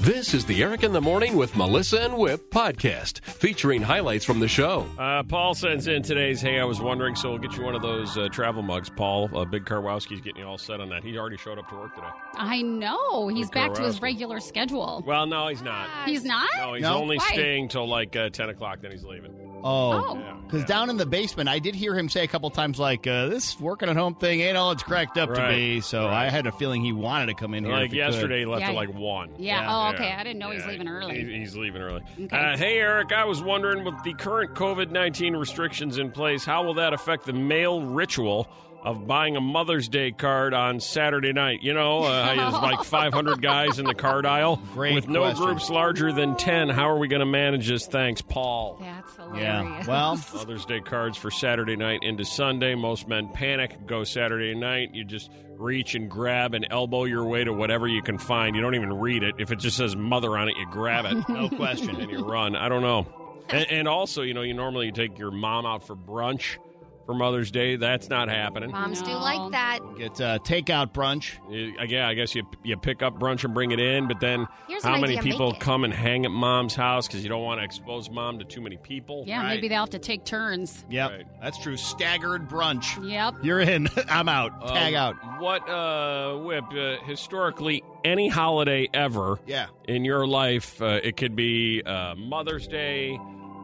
This is the Eric in the Morning with Melissa and Whip podcast, featuring highlights from the show. Uh, Paul sends in today's Hey, I Was Wondering, so we'll get you one of those uh, travel mugs. Paul, uh, Big Karwowski's getting you all set on that. He already showed up to work today. I know. He's Like back to his Karowski. regular schedule. Well, no, he's not. He's not? No, he's No? only Why? staying till like uh, 10 o'clock, then he's leaving. Oh. Oh. Because down in the basement, I did hear him say a couple times, like, uh, this working at home thing ain't all it's cracked up Right. to be. So Right. I had a feeling he wanted to come in here. if Like he could. yesterday, he left Yeah. at like 1. Yeah. Yeah. Oh, okay. I didn't know he was Yeah, leaving early. he- He's leaving early. Okay. Uh, hey, Eric, I was wondering with the current COVID 19 restrictions in place, how will that affect the male ritual of buying a Mother's Day card on Saturday night? You know, uh, there's like 500 guys in the card aisle. Great With no question. groups larger than 10, how are we going to manage this? Thanks, Paul. That's Yeah. hilarious. Well, Mother's Day cards for Saturday night into Sunday. Most men panic, go Saturday night. You just reach and grab and elbow your way to whatever you can find. You don't even read it. If it just says mother on it, you grab it. no question. and you run. I don't know. And, and also, you know, you normally take your mom out for brunch for Mother's Day. That's not happening. Moms do No. like that. Get uh, takeout brunch. You- I- uh, Yeah, I guess you you pick up brunch and bring it in, but then Here's how an many idea, people make it. come and hang at mom's house because you don't want to expose mom to too many people? yeah, Right. maybe they'll have to take turns. Yep. Right. That's true. Staggered brunch. Yep. You're in. I'm out. Um, Tag out. What uh, whip? Uh, historically, any holiday ever Yeah. in your life, uh, it could be uh, Mother's Day,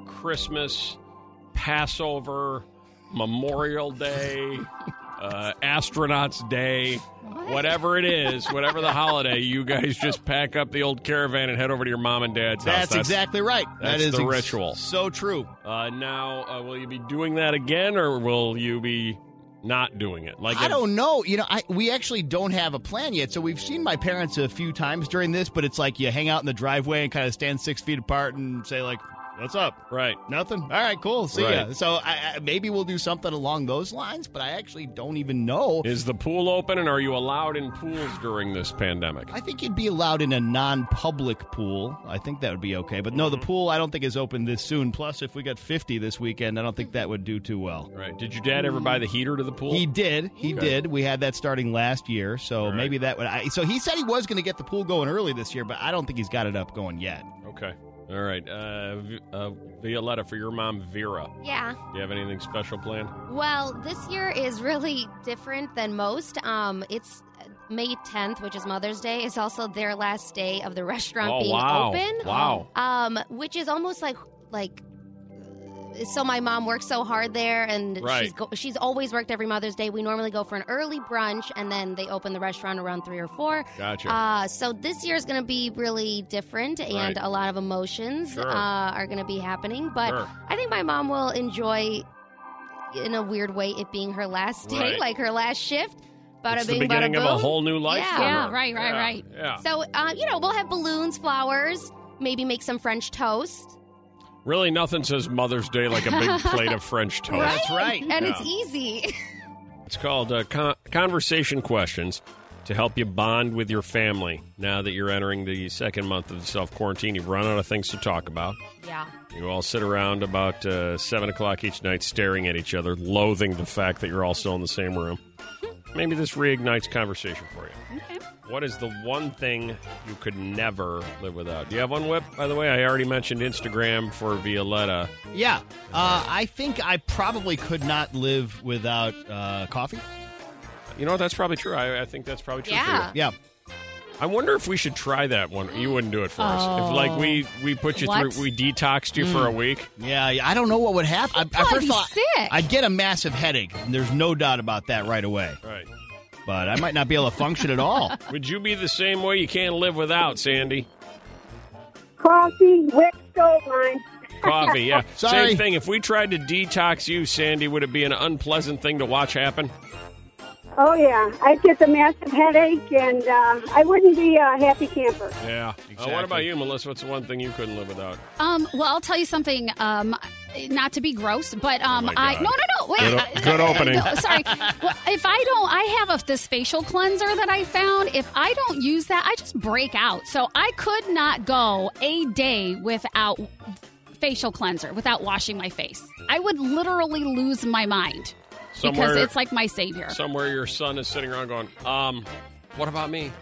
Christmas, Passover, Memorial Day, uh, Astronauts Day, whatever it is, whatever the holiday, you guys just pack up the old caravan and head over to your mom and dad's house. That's, exactly right. That that's is the ritual. So true. Uh, now, uh, will you be doing that again, or will you be not doing it? Like I if- don't know. You know, I, we actually don't have a plan yet. So we've seen my parents a few times during this, but it's like you hang out in the driveway and kind of stand six feet apart and say like, "What's up? Right. Nothing. All right, cool. See ya." Right. So I, I, maybe we'll do something along those lines, but I actually don't even know. Is the pool open, and are you allowed in pools during this pandemic? I think you'd be allowed in a non-public pool. I think that would be okay. But no, the pool I don't think is open this soon. Plus, if we got fifty this weekend, I don't think that would do too well. Right. Did your dad ever buy the heater to the pool? He did. He Okay. did. We had that starting last year, so All right. maybe that would. I, so he said he was going to get the pool going early this year, but I don't think he's got it up going yet. Okay. All right. Uh, V- uh, Violetta, for your mom, Vera, Yeah. do you have anything special planned? Well, this year is really different than most. Um, it's uh, May 10th, which is Mother's Day, is also their last day of the restaurant Oh, being wow. open. Wow. Um, which is almost like like uh, so my mom works so hard there and Right. she's go- she's always worked every Mother's Day. We normally go for an early brunch and then they open the restaurant around 3 or 4. Gotcha. Uh, so this year is going to be really different, and Right. a lot of emotions Sure. uh, are going to be happening. But Sure. I think my mom will enjoy, in a weird way, it being her last day, Right. like her last shift. Bada it's the bing, beginning bada of a boom. whole new life. Yeah. for her. Yeah, right, right, Yeah, right. Yeah. So uh, you know, we'll have balloons, flowers, maybe make some French toast, Really, nothing says Mother's Day like a big plate of French toast. That's right. and Yeah. it's easy. It's called uh, con- Conversation Questions to help you bond with your family now that you're entering the second month of self quarantine. You've run out of things to talk about. yeah. You all sit around about uh, 7 o'clock each night staring at each other, loathing the fact that you're all still in the same room. Maybe this reignites conversation for you. What is the one thing you could never live without? Do you have one, Whip? By the way, I already mentioned Instagram for Violetta. Yeah, uh, I think I probably could not live without uh, coffee. You know, what? that's probably true. I, I think that's probably true for Yeah. you. Yeah, I wonder if we should try that one. You wouldn't do it for us. If, Oh. like, we, we put you What? Mm. through, we detoxed you for a week. yeah. yeah, I don't know what would happen. I, I probably first be thought sick. I'd get a massive headache. And there's no doubt about that right away. Right. But I might not be able to function at all. Would you be the same way you can't live without, Sandy? coffee, wet stove line. Coffee, yeah. Sorry. Same thing. If we tried to detox you, Sandy, would it be an unpleasant thing to watch happen? Oh yeah, I get a massive headache, and uh, I wouldn't be a happy camper. Yeah. what exactly. about you, Melissa? What's the one thing you couldn't live without? Um, well, I'll tell you something. Um, not to be gross, but um, Oh my I God. no, no, no. Wait, Good o- I- good I- opening. no, sorry. Well, if I don't, I have a, this facial cleanser that I found. If I don't use that, I just break out. So I could not go a day without facial cleanser, without washing my face. I would literally lose my mind Somewhere- because it's like my savior. Somewhere your son is sitting around going, um, What about me?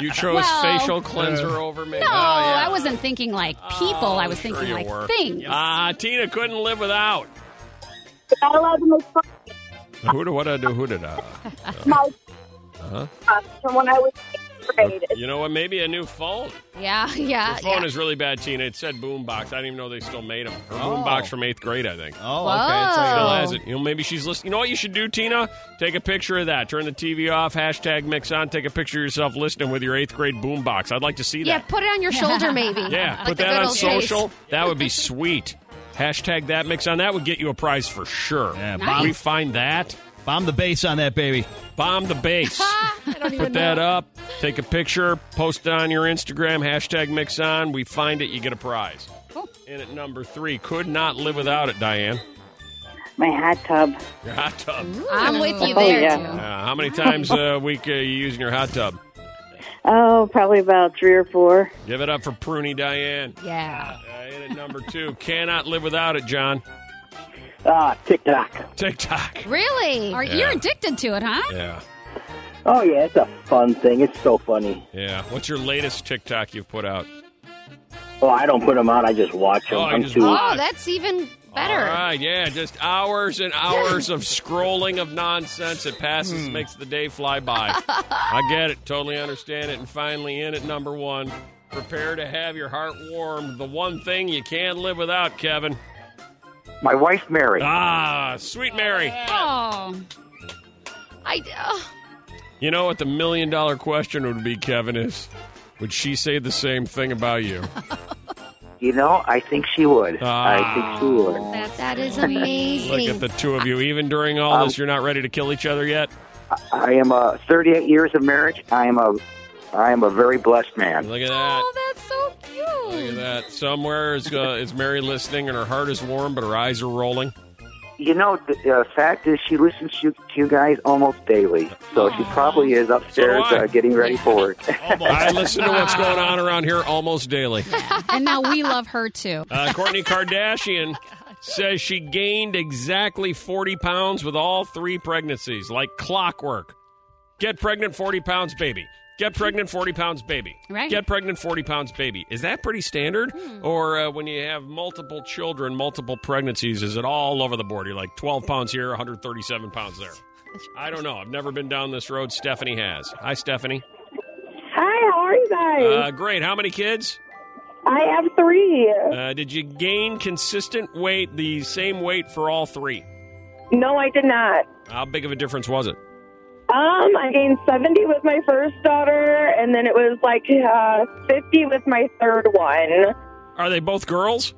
you chose Uh, Well- uh, facial cleanser over me. Oh, No, Oh, I wasn't thinking like people. I was sure thinking you like were. things. Ah, Tina couldn't live without. Not allowed to make fun Huda wada do huda da. of my Uh-huh. from when I was eighth grade. You know what? Maybe a new phone. yeah, yeah, Your Uh, phone yeah. is really bad, Tina. It said boombox. I didn't even know they still made them. Her Oh. boombox from eighth grade, I think. Oh, Still Whoa. okay. has it. You know, maybe she's listening. You know what you should do, Tina? Take a picture of that. Turn the TV off. Hashtag mix on. Take a picture of yourself listening with your eighth grade boombox. I'd like to see Yeah, that. put it on your shoulder, maybe. Yeah, Like put the that good on old days. social. That would be sweet. Hashtag that mix on. That would get you a prize for sure. Yeah, Nice. We find that. bomb, bomb uh, the base on that baby. Bomb the base. Put that up. Take a picture. Post it on your Instagram. Hashtag mix on. We find it. You get a prize. Cool. And at number three, could not live without it, Diane. My hot tub. Your hot tub. I'm with you Ooh. there, yeah. too. Uh, how many times a week are you using your hot tub? Oh, probably about three or four. Give it up for Pruny Diane. Yeah. Uh, and at number two, cannot live without it, John. Ah, TikTok. TikTok. Really? Are, Yeah. You're addicted to it, huh? Yeah. Oh yeah, it's a fun thing. It's so funny. Yeah. What's your latest TikTok you've put out? Oh, I don't put them out. I just watch them. Oh, you I'm just too. watch. Oh, that's even better. All right, yeah, just hours and hours of scrolling of nonsense. It passes, makes the day fly by. I get it, totally understand it. And finally, in at number one, prepare to have your heart warmed. The one thing you can't live without, Kevin. My wife, Mary. Ah, sweet Mary. Oh, I, oh, You know what the million dollar question would be, Kevin, is would she say the same thing about you? You know, I think she would. I think she would. oh, that, that is amazing. Look at the two of you. Even during all this, you're not ready to kill each other yet. I am a 38 years of marriage. I am a, I am a very blessed man. Look at that. oh, that's so Look at cute. that. Somewhere is, uh, is Mary listening, and her heart is warm, but her eyes are rolling. You know, the uh, fact is, she listens to you, to you guys almost daily, so she probably is upstairs So do I. uh, getting ready for work. I listen to what's going on around here almost daily. and now we love her too. Uh, Courtney Kardashian says she gained exactly 40 pounds with all three pregnancies, like clockwork. Get pregnant, 40 pounds, baby. Get pregnant, 40 pounds, baby. Right. Get pregnant, 40 pounds, baby. Is that pretty standard? Or uh, when you have multiple children, multiple pregnancies, is it all over the board? You're like 12 pounds here, 137 pounds there. I don't know. I've never been down this road. Stephanie has. Hi, Stephanie. Hi, how are you guys? Uh, great. How many kids? I have three. Uh, did you gain consistent weight, the same weight for all three? No, I did not. How big of a difference was it? Um, I gained 70 with my first daughter, and then it was like uh, 50 with my third one. Are they both girls?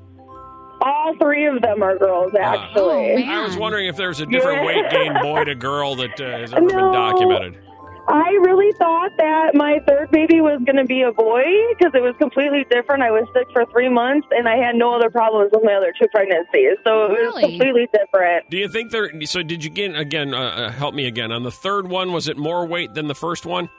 All three of them are girls, Oh, actually. man. I was wondering if there's a different Yeah. weight gain boy to girl that uh, has ever been No. documented. I really thought that my third baby was going to be a boy because it was completely different. I was sick for three months, and I had no other problems with my other two pregnancies. So it was Really? completely different. Do you think there? So did you gain again? Uh, uh, help me again. On the third one, was it more weight than the first one?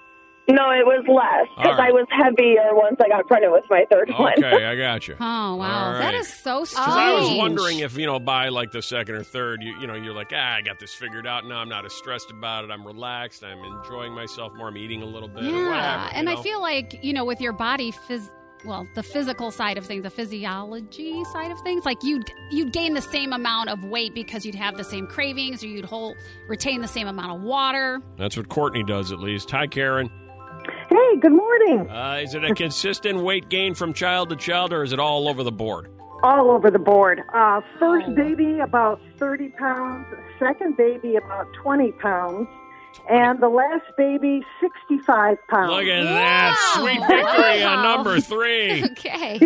No, it was less All because right. I was heavier once I got pregnant with my third one. Okay, I got you. Oh wow, All right. that is so strange. 'Cause I was wondering if you know by like the second or third, you you know you're like ah I got this figured out. Now I'm not as stressed about it. I'm relaxed. I'm enjoying myself more. I'm eating a little bit. or Yeah, whatever, you and I know? feel like you know, with your body, phys- well, the physical side of things, the physiology side of things, like you'd you'd gain the same amount of weight because you'd have the same cravings, or you'd hold retain the same amount of water. That's what Courtney does, at least. Hi, Karen. Hey, good morning. Uh, is it a consistent weight gain from child to child, or is it all over the board? all over the board. Uh, first baby about 30 pounds, second baby about 20 pounds, and the last baby 65 pounds. Look at that Wow. sweet victory on Wow. number three. Okay.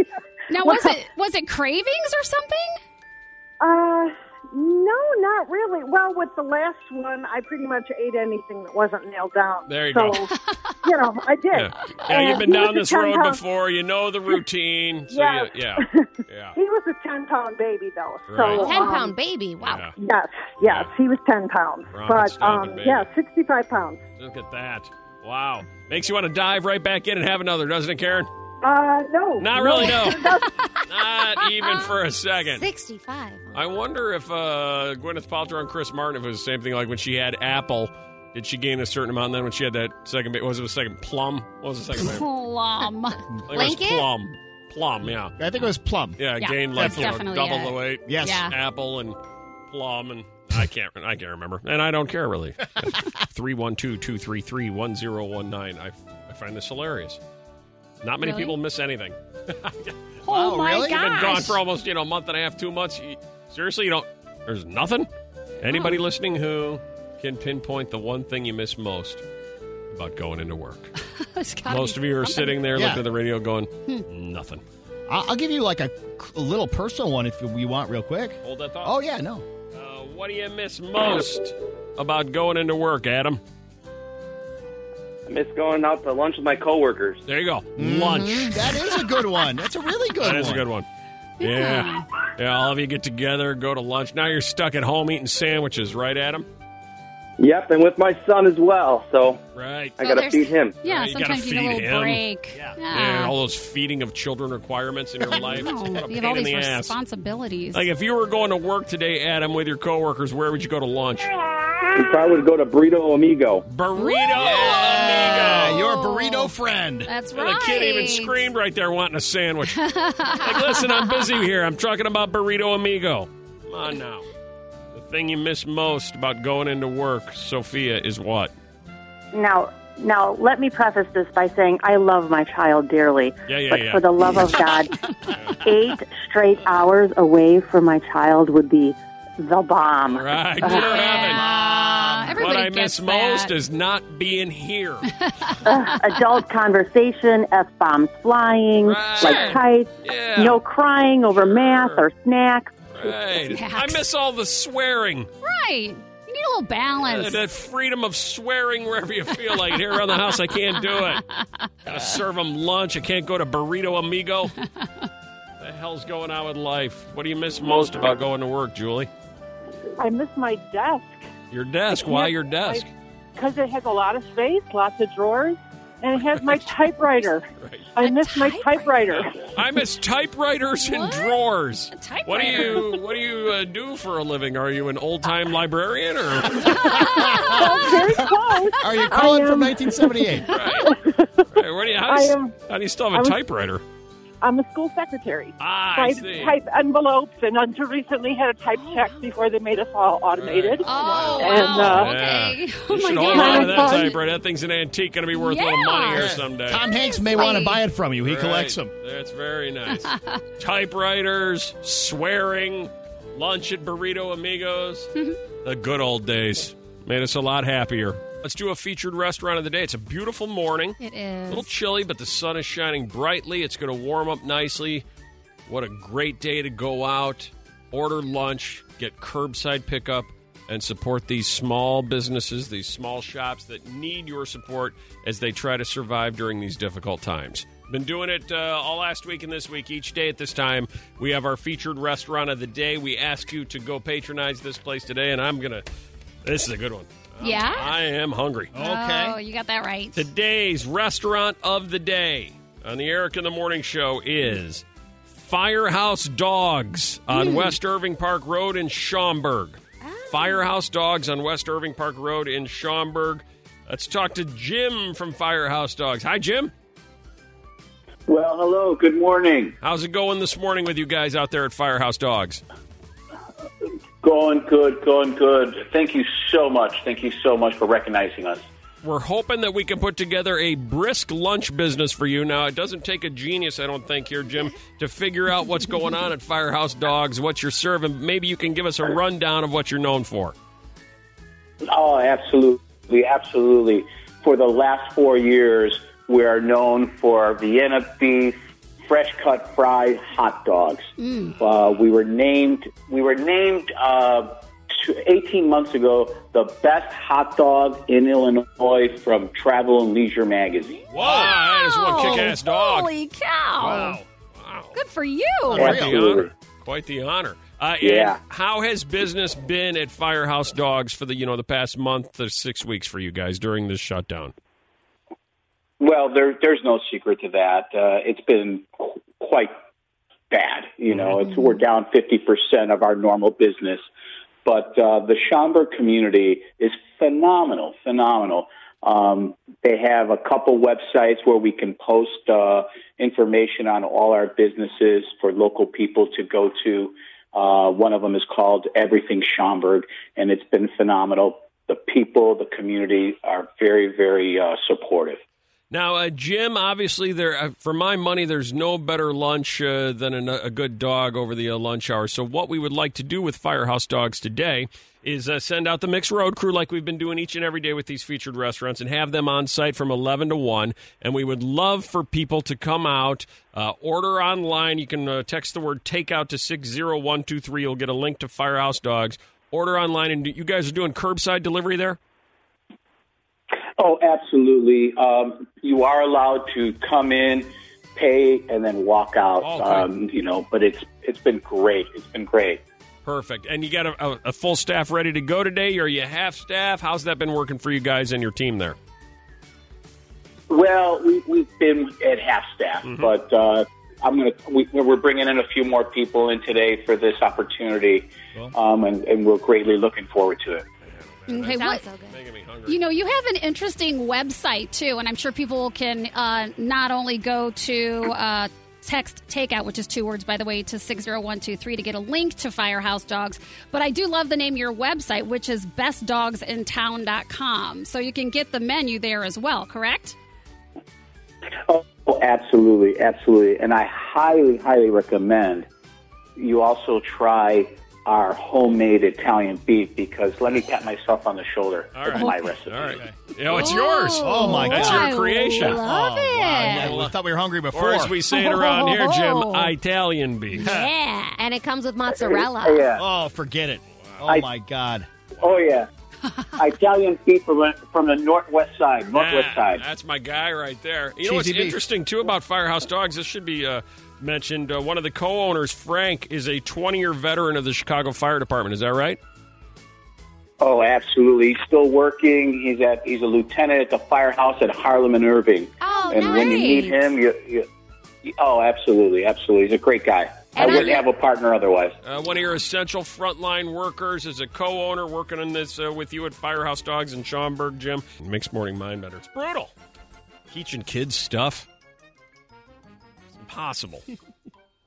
Now, was it was it cravings or something? Uh, no, not really. Well, with the last one, I pretty much ate anything that wasn't nailed down. There you so, go. you know, I did. Yeah, yeah you've And been he was down a this road 10-pound before. You know the routine. So Yes. yeah, yeah, He was a 10 pound baby, though. Right. So, 10 um, pound baby. Wow. Oh, yeah. Yes, yes, Yeah. he was 10 pounds. Rocket but, stomping um, baby. yeah, 65 pounds. Look at that. Wow. Makes you want to dive right back in and have another, doesn't it, Karen? Uh, no. Not really, no. Not even for a second. 65. I wonder if uh, Gwyneth Paltrow and Chris Martin, if it was the same thing, like when she had Apple, Did she gain a certain amount? And then when she had that second, ba- was it a second plum? What was the second baby? Plum. I think it was Blanket? plum. Plum, yeah. I think it was plum. Yeah, Yeah, gained like that's you know, definitely double it. the weight. Yes. Yeah. Apple and plum and I can't I can't remember. And I don't care really. 312-233-1019. I I find this hilarious. Not many Really? people miss anything. Oh Wow, my really? You've been gosh. Been gone for almost, you know, a month and a half, 2 months. You- seriously, you don't there's nothing? Anybody Oh. listening who can pinpoint the one thing you miss most about going into work. It's gotta Most be of you are something. sitting there Yeah. looking at the radio going, Hmm. nothing. I- I'll give you like a, a little personal one if you want, real quick. Hold that thought. Oh yeah, no. Uh, what do you miss most about going into work, Adam? I miss going out to lunch with my coworkers. There you go. Lunch. That is a good one. That's a really good That one. is a good one. Yeah. Yeah, all of you get together, go to lunch. Now you're stuck at home eating sandwiches, right, Adam? Yep, and with my son as well. So Right. I So got to there's- feed him. Yeah, Right, you gotta sometimes you need a feed little him. break. Yeah. Yeah, all those feeding of children requirements in your life. No, What a you pain have all in these the ass. responsibilities. Like if you were going to work today, Adam, with your coworkers, where would you go to lunch? We probably would go to Burrito Amigo. Burrito Yeah, Amigo. Oh. your burrito friend. That's And right. The kid even screamed right there wanting a sandwich. like, listen, I'm busy here. I'm talking about Burrito Amigo. Come on now. The thing you miss most about going into work, Sophia, is what? Now, now let me preface this by saying I love my child dearly. Yeah, yeah, but yeah. for the love of God, eight straight hours away from my child would be the bomb. Right. Dear heaven. Yeah, Uh, everybody What I miss gets most that. is not being here. Adult conversation, f bombs flying, Right. like kites, Yeah. no crying over math or snacks. Right. I Snacks. miss all the swearing. right. You need a Uh, little balance. That freedom of swearing wherever you feel like it. Here around the house, I can't do it. Gotta serve them lunch. I can't go to Burrito Amigo. the hell's going on with life? What do you miss most about going to work, Julie? I miss my desk Your desk. Why your desk? because it has a lot of space, lots of drawers, and it has my typewriter. Right. I miss my typewriter. typewriter. I miss typewriters and What? drawers. A typewriter. What Uh, do you What do you uh, do for a living? Are you an old time librarian or? Very close. Are you calling I from am- 1978? Right. Right. What do you, how, do I you, am- how do you still have a was- typewriter? I'm a school secretary. Ah, So I I see. type envelopes, and until recently had a type check before they made us all automated. oh, wow. And, uh, okay. Yeah. Oh, You my should hold on to God. that Fun. typewriter. That thing's an antique, going to be worth a little money here Yeah. someday. Tom Hanks may want Seriously. to buy it from you. He collects Right. them. That's very nice. Typewriters, swearing, lunch at Burrito Amigos. the good old days made us a lot happier. Let's do a featured restaurant of the day. It's a beautiful morning. It A little is. chilly, but the sun is shining brightly. It's going to warm up nicely. What a great day to go out, order lunch, get curbside pickup, and support these small businesses, these small shops that need your support as they try to survive during these difficult times. Been doing it uh, all last week and this week. Each day at this time, we have our featured restaurant of the day. We ask you to go patronize this place today, and I'm going to. This is a good one. Yeah? I am hungry. Oh, you got that right. Today's restaurant of the day on the Eric in the Morning Show is Firehouse Dogs on West Irving Park Road in Schaumburg. Firehouse Dogs on West Irving Park Road in Schaumburg. Let's talk to Jim from Firehouse Dogs. Hi, Jim. Well, hello. Good morning. How's it going this morning with you guys out there at Firehouse Dogs? Going good. Going good. Thank you so much. Thank you so much for recognizing us. We're hoping that we can put together a brisk lunch business for you. Now, it doesn't take a genius, I don't think, here, Jim, to figure out what's going on at Firehouse Dogs, what you're serving. Maybe you can give us a rundown of what you're known for. Oh, absolutely, absolutely. For the last four years, we are known for Vienna beef, fresh cut fries, hot dogs. Uh, we were named. We were named uh, t- eighteen months ago the best hot dog in Illinois from Travel and Leisure magazine. Whoa! Oh, Ah, That is one kick ass dog. Holy cow. wow. Wow. Good for you. Quite the Absolutely. honor. Quite the honor. Uh, and Yeah. How has business been at Firehouse Dogs for the you know the past month to six weeks for you guys during this shutdown? Well, there, there's no secret to that. Uh, it's been qu- quite bad. You know, it's, we're down 50% of our normal business. But uh, the Schaumburg community is phenomenal, phenomenal. Um, they have a couple websites where we can post uh, information on all our businesses for local people to go to. Uh, one of them is called Everything Schaumburg, and it's been phenomenal. The people, the community are very, very uh, supportive. Now, uh, Jim, obviously, there uh, for my money, there's no better lunch uh, than an, a good dog over the uh, lunch hour. So, what we would like to do with Firehouse Dogs today is uh, send out the mixed road crew like we've been doing each and every day with these featured restaurants and have them on site from 11 to 1 and we would love for people to come out uh, order online you can uh, text the word takeout to 60123 you'll get a link to firehouse dogs order online and you guys are doing curbside delivery there Oh, absolutely. Um, you are allowed to come in, pay, and then walk out. Okay. Um, you know, but it's it's been great. It's been great. Perfect. And you got a, a, a full staff ready to go today? Are you half staff? How's that been working for you guys and your team there? Well, we, we've been at half staff, but uh, I'm gonna we, we're bringing in a few more people in today for this opportunity, um, and, and we're greatly looking forward to it. Okay, Mm, Sounds what, so good. Making me hungry. you know, you have an interesting website too, and I'm sure people can uh, not only go to uh, text takeout, which is two words, by the way, to 60123 to get a link to Firehouse Dogs, but I do love the name of your website, which is bestdogsintown.com. So you can get the menu there as well, correct? Oh, absolutely, absolutely. And I highly, highly recommend you also try our homemade Italian beef because let me pat myself on the shoulder. All It's right. my recipe. All right. Oh, it's yours. Oh, my That's God. your creation. I love oh, it. Wow. Yeah, I thought we were hungry before. Or as we say it around here, Jim, Italian beef. Yeah. And it comes with mozzarella. Yeah. oh, forget it. Oh I- my God. Oh yeah. Italian beef from from the northwest side, northwest Yeah, side. Ah, That's my guy right there. You know Cheesy what's beef. interesting too about Firehouse Dogs? This should be uh, mentioned. Uh, one of the co-owners, Frank, is a 20-year veteran of the Chicago Fire Department. Is that right? Oh, absolutely. He's still working. He's at he's a lieutenant at the firehouse at Harlem and Irving. Oh, and when you meet nice. him, you, you, you oh, absolutely, absolutely. He's a great guy. I And I- wouldn't have a partner otherwise. Uh, one of your essential frontline workers is a co-owner working on this uh, with you at Firehouse Dogs in Schaumburg, Jim. It makes morning mine better. It's brutal. Teaching kids stuff. It's impossible.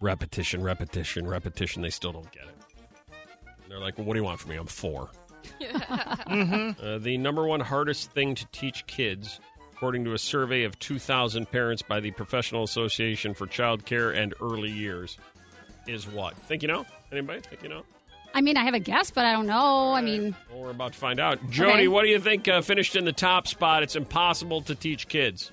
repetition, repetition, repetition. They still don't get it. They're like, well, what do you want from me? I'm 4 Uh, the number one hardest thing to teach kids, according to a survey of 2,000 parents by the Professional Association for Child Care and Early Years, is what? Think you know? Anybody? Think you know? I mean, I have a guess, but I don't know. I mean, Well, we're about to find out. Jody, what do you think uh, finished in the top spot? It's impossible to teach kids.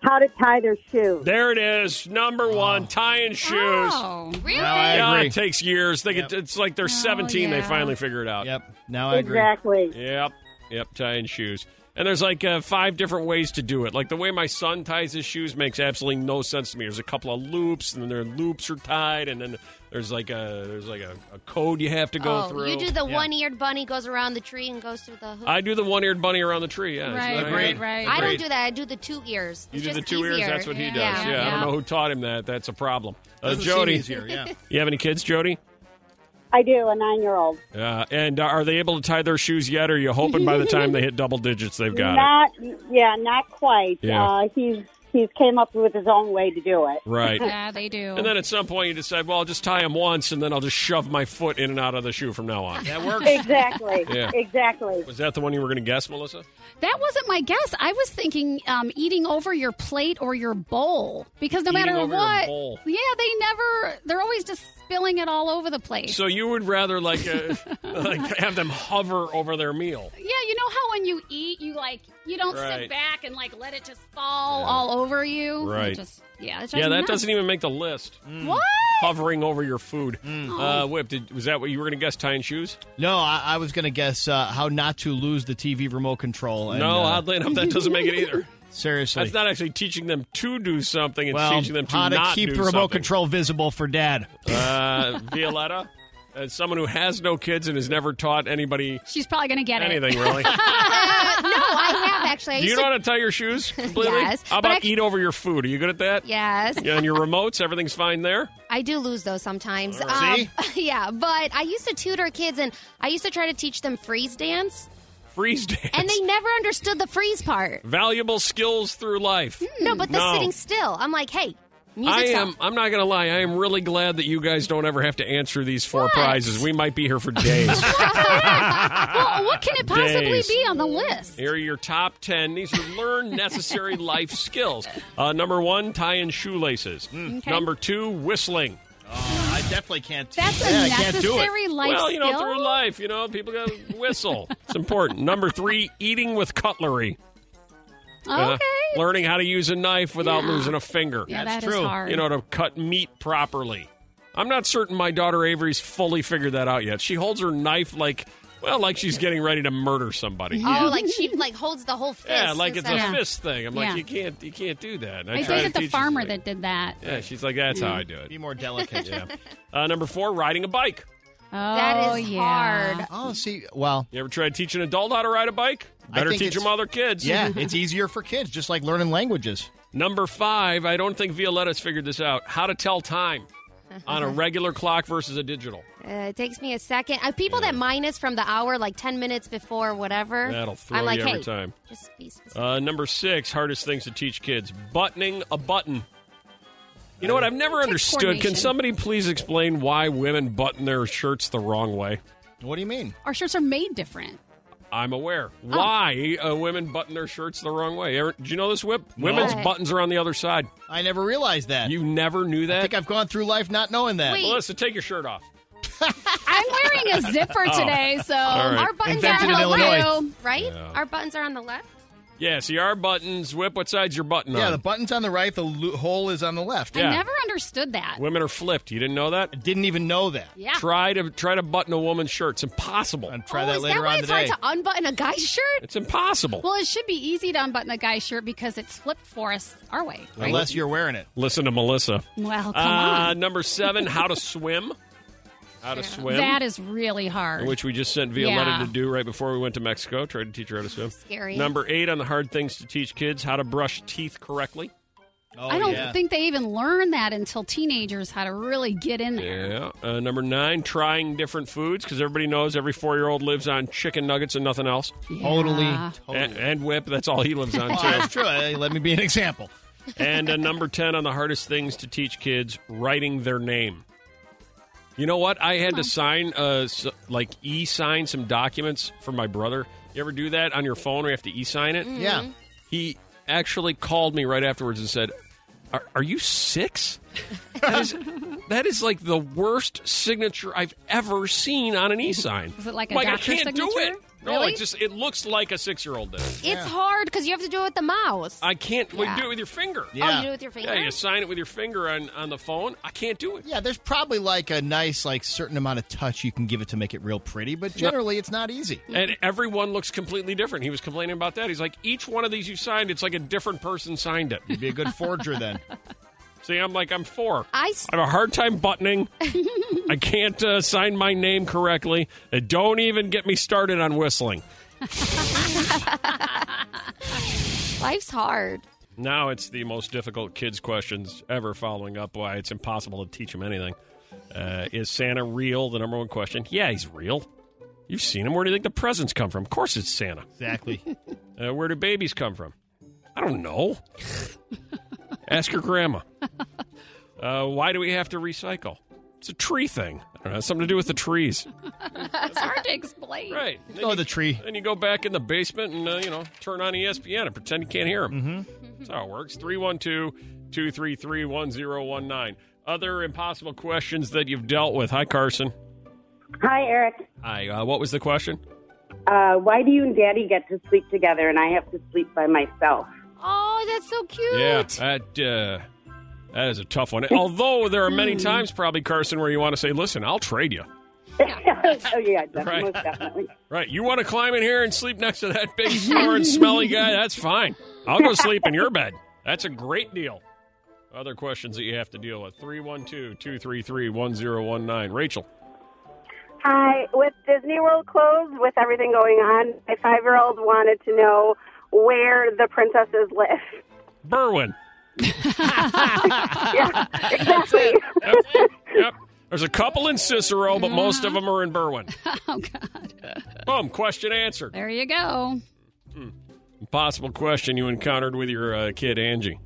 How to tie their shoes. There it is, number one, tying shoes. Oh, Really? Now I Yeah, agree. it takes years. They get, Yep. it's like they're 17. They yeah. finally figure it out. Yep. Now I agree. Exactly. Yep. Yep. Tying shoes. And there's like uh, five different ways to do it. Like the way my son ties his shoes makes absolutely no sense to me. There's a couple of loops, and then their loops are tied, and then there's like a there's like a, a code you have to go oh, through. you do the one-eared bunny goes around the tree and goes through the hook. I do the one-eared bunny around the tree. Yeah, right, isn't that Agreed. right, right. I don't Agreed. do that. I do the two ears. You It's do the just two ears. easier. That's what he does. Yeah. Yeah, I don't Yeah. know who taught him that. That's a problem. Uh, Doesn't seem Jody, easier, yeah. you have any kids, Jody? I do, a nine year old. Uh, and are they able to tie their shoes yet? Or are you hoping by the time they hit double digits, they've got it? Not, yeah, not quite. Yeah. Uh, he's he's came up with his own way to do it. Right. Yeah, they do. And then at some point you decide, well, I'll just tie him once, and then I'll just shove my foot in and out of the shoe from now on. That works. Exactly. Yeah. Exactly. Was that the one you were going to guess, Melissa? That wasn't my guess. I was thinking um, eating over your plate or your bowl because no Eating matter over your what, bowl. yeah, they never. They're always just spilling it all over the place. So you would rather like uh, like have them hover over their meal. yeah, you know how when you eat, you like you don't Right. sit back and like let it just fall all over you. Right. It just, yeah. It Yeah, drives me that nuts. doesn't even make the list. What? Hovering over your food. Uh, Whip, did, was that what you were going to guess? Tying shoes? No, I, I was going to guess uh, how not to lose the TV remote control. And, no, uh, oddly enough, that doesn't make it either. seriously. That's not actually teaching them to do something. It's well, teaching them to how to not keep do the remote something. control visible for dad. Uh, Violetta, as someone who has no kids and has never taught anybody She's probably gonna get it. anything really. Uh, no, I have actually. I Do you used know to- how to tie your shoes completely? Yes, How but about I- eat over your food? Are you good at that? Yes. Yeah, and your remotes, everything's fine there. I do lose those sometimes. Um, right. yeah, but I used to tutor kids and I used to try to teach them freeze dance, Freeze dance. and they never understood the freeze part. Valuable skills through life. No, but the No. sitting still. I'm like, hey, I music's am. up. I'm not gonna lie. I am really glad that you guys don't ever have to answer these four What? prizes. We might be here for days. well, what can it possibly Days. be on the list? Here are your top 10. These are learn necessary life skills. Uh, number one, tying shoelaces. Okay. Number two, whistling. Oh, I definitely can't. That's yeah, a I can't do it. necessary life well, you know, skill. through life, you know, people got to whistle. It's important. Number three, eating with cutlery. Uh, okay. learning how to use a knife without losing a finger. yeah, that's that is true. hard. You know, to cut meat properly. I'm not certain my daughter Avery's fully figured that out yet. She holds her knife like, well, like she's getting ready to murder somebody. Oh, like she like holds the whole fist. Yeah, like it's a Yeah. fist thing. I'm Yeah. like, you can't, you can't do that. And try I to dated the teach her, farmer she's like, that did that. Yeah, she's like, that's how I do Be it. more delicate. Yeah. Uh, number four, riding a bike. Oh, That is yeah. hard. Oh, see, well, You ever try to teach an adult how to ride a bike? I Better think teach them it's- other kids. Mm-hmm. yeah, it's easier for kids, just like learning languages. Number five, I don't think Violetta's figured this out. How to tell time on a regular clock versus a digital. Uh, it takes me a second. Uh, people that minus from the hour, like ten minutes before, whatever. That'll throw I'm like, you every hey, time. Just be specific. Uh, number six, hardest things to teach kids buttoning a button. You know what? I've never Takes understood. Can coordination. somebody please explain why women button their shirts the wrong way? What do you mean? Our shirts are made different. I'm aware. Oh. Why uh, women button their shirts the wrong way? Ever, do you know this whip? Women's What? buttons are on the other side. I never realized that. You never knew I that? think I've gone through life not knowing that. Wait. Melissa, take your shirt off. I'm wearing a zipper today, so right. our buttons Invented in are on the Illinois. blue. right? Our buttons are on the left. Yeah, see our buttons. Whip, what side's your button Yeah, on? the button's on the right, the lo- hole is on the left. Yeah. I never understood that. Women are flipped. You didn't know that? I didn't even know that. Yeah. Try to try to button a woman's shirt. It's impossible. I'll try oh, that is later that why on it's today. hard to unbutton a guy's shirt? It's impossible. Well, it should be easy to unbutton a guy's shirt because it's flipped for us our way. right? Unless you're wearing it. Listen to Melissa. Well, come Uh, on. number seven, how to swim. How to swim. That is really hard. which we just sent Violetta Yeah. to do right before we went to Mexico. Tried to teach her how to swim. Scary. Number eight on the hard things to teach kids how to brush teeth correctly. Oh, I don't yeah. think they even learn that until teenagers how to really get in there. Yeah. Uh, number nine, trying different foods because everybody knows every four year old lives on chicken nuggets and nothing else. Totally. Yeah. totally. And, and whip, that's all he lives on Oh, too. that's true. Hey, Let me be an example. and uh, number 10 on the hardest things to teach kids writing their name you know what i had to sign uh s- like e-sign some documents for my brother you ever do that on your phone where you have to e-sign Mm. it Yeah. he actually called me right afterwards and said are, are you six that is, that is like the worst signature i've ever seen on an e-sign Is it like a like i doctor can't do it signature? no Really? it just it looks like a six-year-old did it. It's hard because you have to do it with the mouse. i can't well, you Yeah. do it with your finger Oh, Yeah. you do it with your finger. yeah, you sign it with your finger on, on the phone. I can't do it. Yeah, there's probably like a nice, like certain amount of touch you can give it to make it real pretty, but generally it's not easy. And everyone looks completely different. He was complaining about that. He's like, each one of these you signed, it's like a different person signed it. You'd be a good forger then. See, I'm like, I'm four. I s- I have a hard time buttoning. I can't uh, sign my name correctly. And don't even get me started on whistling. life's hard. Now it's the most difficult kids' questions ever. Following up, why it's impossible to teach them anything. Uh, is Santa real? The number one question. Yeah, he's real. You've seen him. Where do you think the presents come from? Of course, it's Santa. Exactly. Uh, where do babies come from? I don't know. Ask your grandma. Uh, why do we have to recycle? It's a tree thing. I don't know. It's something to do with the trees. It's hard to explain. Right. Then Oh, you- the tree. Then you go back in the basement and, uh, you know, turn on ESPN and pretend you can't hear them. Mm-hmm. That's how it works. 312 233 1019. Other impossible questions that you've dealt with. Hi, Carson. Hi, Eric. Hi. Uh, what was the question? Uh, why do you and Daddy get to sleep together and I have to sleep by myself? Oh, that's so cute. Yeah, that uh, that is a tough one. Although there are many times, probably Carson, where you want to say, "Listen, I'll trade you." oh, yeah, definitely, Right. most definitely. Right? You want to climb in here and sleep next to that big, snoring, smelly guy? That's fine. I'll go sleep in your bed. That's a great deal. Other questions that you have to deal with 312 233 1019. Rachel. Hi. With Disney World closed, with everything going on, my five year old wanted to know where the princesses live. Berwin. yeah, exactly. Yep. There's a couple in Cicero, but most of them are in Berwyn. Oh, God. Boom. Question answered. There you go. Possible question you encountered with your uh, kid Angie.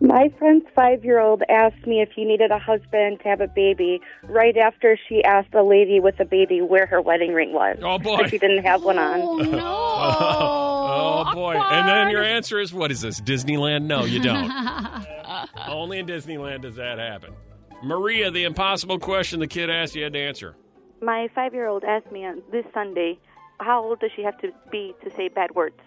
My friend's five year old asked me if he needed a husband to have a baby right after she asked a lady with a baby where her wedding ring was. Oh, boy. But she didn't have one on. Oh, no. Oh, boy. And then your answer is what is this? Disneyland? No, you don't. Only in Disneyland does that happen. Maria, the impossible question the kid asked you had to answer. My five year old asked me on this Sunday, how old does she have to be to say bad words?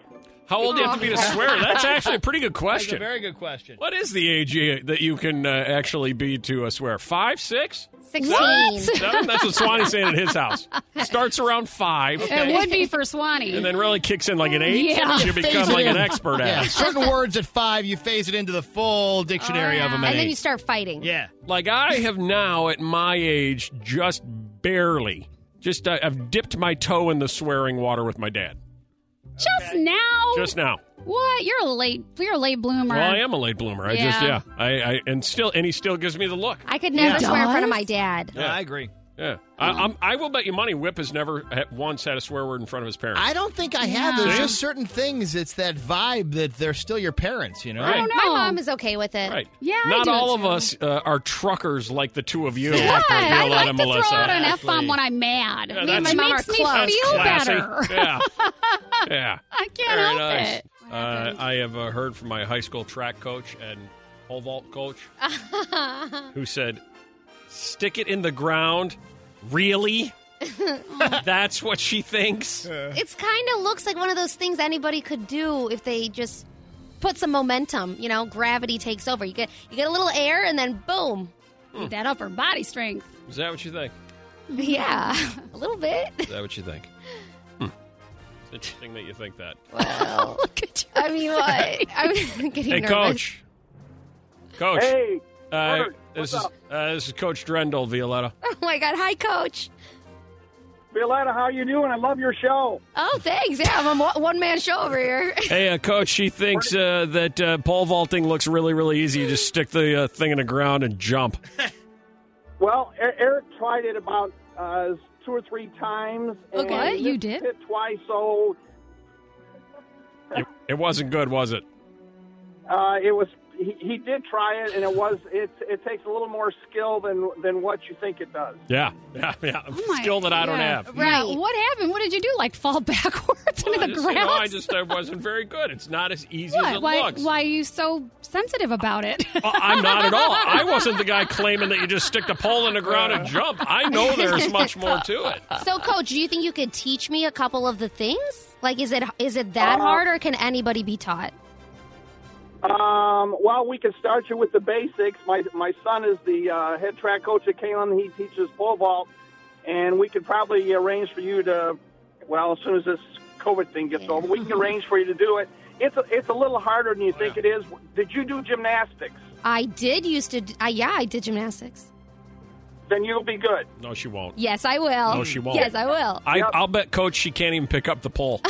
How old do you have to be to swear? That's actually a pretty good That's a question. very good question. What is the age you- that you can uh, actually be to uh, swear? Five, six? 16. Seven? That's what Swanee's saying at his house. Starts around five. It would be for Swanee. and then really kicks in like an eight. Yeah. You Phase become it like an in. expert at Yeah, it. certain words at five, you phase it into the full dictionary of them. at Oh, And then eight. you start fighting. yeah, Like I have now at my age, just barely, just uh, I've dipped my toe in the swearing water with my dad Just now? just now. what? You're a late. You're a late bloomer. Well, I am a late bloomer. I just Yeah. yeah. I, I and still and he still gives me the look. I could never Yeah. swear in front of Does? my dad. No, I agree. Yeah, I, I'm, I will bet you money. Whip has never had, once had a swear word in front of his parents. I don't think I have. Yeah. There's See? just certain things. It's that vibe that they're still your parents. You know. Right. I don't know. My mom is okay with it. right? Yeah, I Not do it all of too. us uh, are truckers like the two of you. Good. after I Violetta like to and throw Melissa. out an f bomb when I'm mad. Yeah, it that's- makes My mom are me close. feel Classy. better. Yeah, yeah. I can't help it. Uh, I have uh, heard from my high school track coach and pole vault coach, who said, "Stick it in the ground." Really? That's what she thinks. It's kind of looks like one of those things anybody could do if they just put some momentum. You know, gravity takes over. You get you get a little air, and then boom. Hmm. Need that upper body strength. Is that what you think? Yeah, a little bit. Is that what you think? Hmm. It's interesting that you think that. Well, Look at you. I mean, what? I'm getting Hey, nervous. coach. Coach. Hey, uh, Robert, this what's is up? uh, this is Coach Drendel Violetta. Oh my God! Hi, coach. Violetta, how you doing? I love your show. Oh, thanks. Yeah, I'm a one man show over here. Hey, uh, coach. She thinks uh, that uh, pole vaulting looks really, really easy. You just stick the uh, thing in the ground and jump. Well, E- Eric tried it about uh, two or three times. and Okay, you missed did? Oh It twice, so It, it wasn't good, was it? uh, it was. He, he did try it, and it was. It it takes a little more skill than than what you think it does. Yeah, yeah, yeah. Oh my- Skill that I don't yeah. have. Right. what happened? What did you do? Like fall backwards Well, I into the just, ground? You know, I just I wasn't very good. It's not as easy as what? it Why, looks. why are you so sensitive about it? Uh, I'm not at all. I wasn't the guy claiming that you just stick the pole in the ground and jump. I know there's much more to it. So, coach, do you think you could teach me a couple of the things? Like, is it is it that hard, or can anybody be taught? Um, well, we can start you with the basics. My my son is the uh, head track coach at Kalen. He teaches pole vault, and we could probably arrange for you to. Well, as soon as this COVID thing gets over, we can arrange for you to do it. It's a, it's a little harder than you think it is. Did you do gymnastics? I did used to. d- Uh, yeah, I did gymnastics. Then you'll be good. No, she won't. Yes, I will. No, she won't. Yes, I will. I, I'll bet Coach she can't even pick up the pole.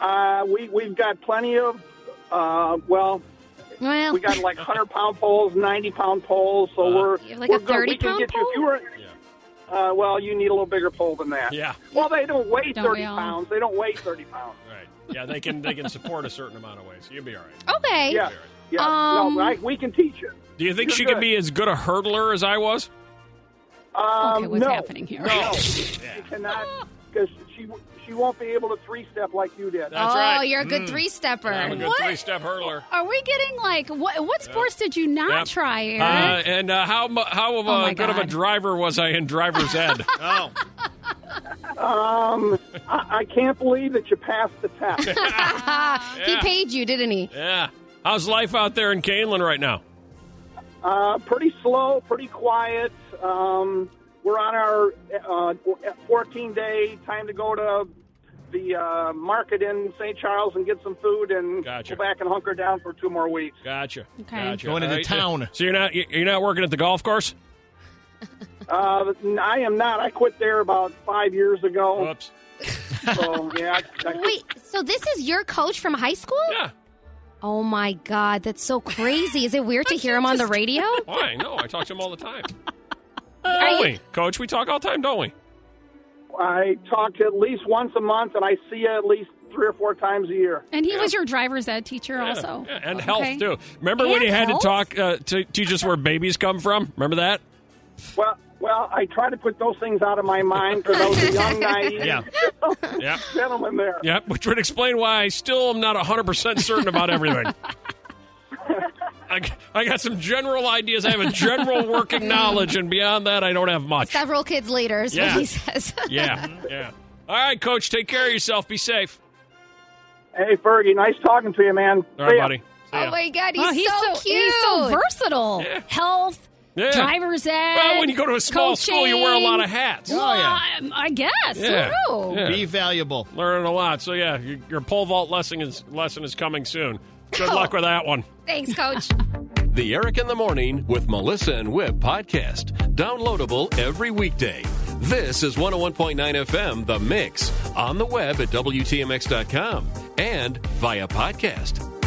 Uh, we we've got plenty of. Uh, well, Well, we got like hundred pound poles, ninety pound poles. So Uh-huh. we're You have like we're a good. We can 30-pound get you if you were. Uh, well, you need a little bigger pole than that. Yeah. Well, they don't weigh Don't thirty we all? pounds. They don't weigh thirty pounds. Right. Yeah, they can they can support a certain amount of ways. You'll be all right. Oh. okay. Yeah, yeah. Um, no, I, we can teach you. Do you think You're she good. can be as good a hurdler as I was? Um, okay, what's no, happening here? No, she cannot because she she won't be able to three step like you did. That's oh, right. Mm. you're a good three stepper. I'm a good What? three-step hurdler. Are we getting like what? What sports did you not Yep. try, Eric? Uh, and uh, how mu- how of a, Oh my good of a God. driver was I in driver's ed? Oh, Um, I, I can't believe that you passed the test. He paid you, didn't he? yeah. How's life out there in Canelan right now? Uh, pretty slow, pretty quiet. Um, we're on our uh, 14 day time to go to the uh, market in St. Charles and get some food and Gotcha. go back and hunker down for two more weeks. Gotcha. Okay. Gotcha. Going into All right. town. So you're not you're not working at the golf course? Uh, I am not. I quit there about five years ago. Whoops. So yeah, I, I, Wait, so this is your coach from high school? Yeah. Oh my God, that's so crazy. Is it weird to hear him on the radio? Why? No, I talk to him all the time. Are don't you- we, Coach? We talk all the time, don't we? I talk to at least once a month, and I see you at least three or four times a year. And he was your driver's ed teacher, Yeah, also. yeah, and health Okay. too. Remember when And you had health? to talk uh, to teach us where babies come from? Remember that? Well, well, I try to put those things out of my mind because I was a young, naive Yeah. Yep. gentleman there. Yep. Which would explain why I still am not 100% certain about everything. I, g- I got some general ideas. I have a general working knowledge, and beyond that, I don't have much. Several kids later is Yeah. what he says. Yeah. Yeah. All right, Coach. Take care of yourself. Be safe. Hey, Fergie, nice talking to you, man. All right, See ya. buddy. See ya. Oh my God, he's, Wow, he's so, so- cute. he's so versatile. Health, Yeah. driver's ed. Well, when you go to a small school, you wear a lot of coaching. hats. Oh, Well, yeah. I- I guess. Yeah. True. Yeah. Be valuable. Learning a lot. So yeah, your, your pole vault lesson is lesson is coming soon. Good luck with that one. Thanks, coach. The Eric in the Morning with Melissa and Whip podcast. Downloadable every weekday. This is 101.9 FM, The Mix, on the web at WTMX.com and via podcast.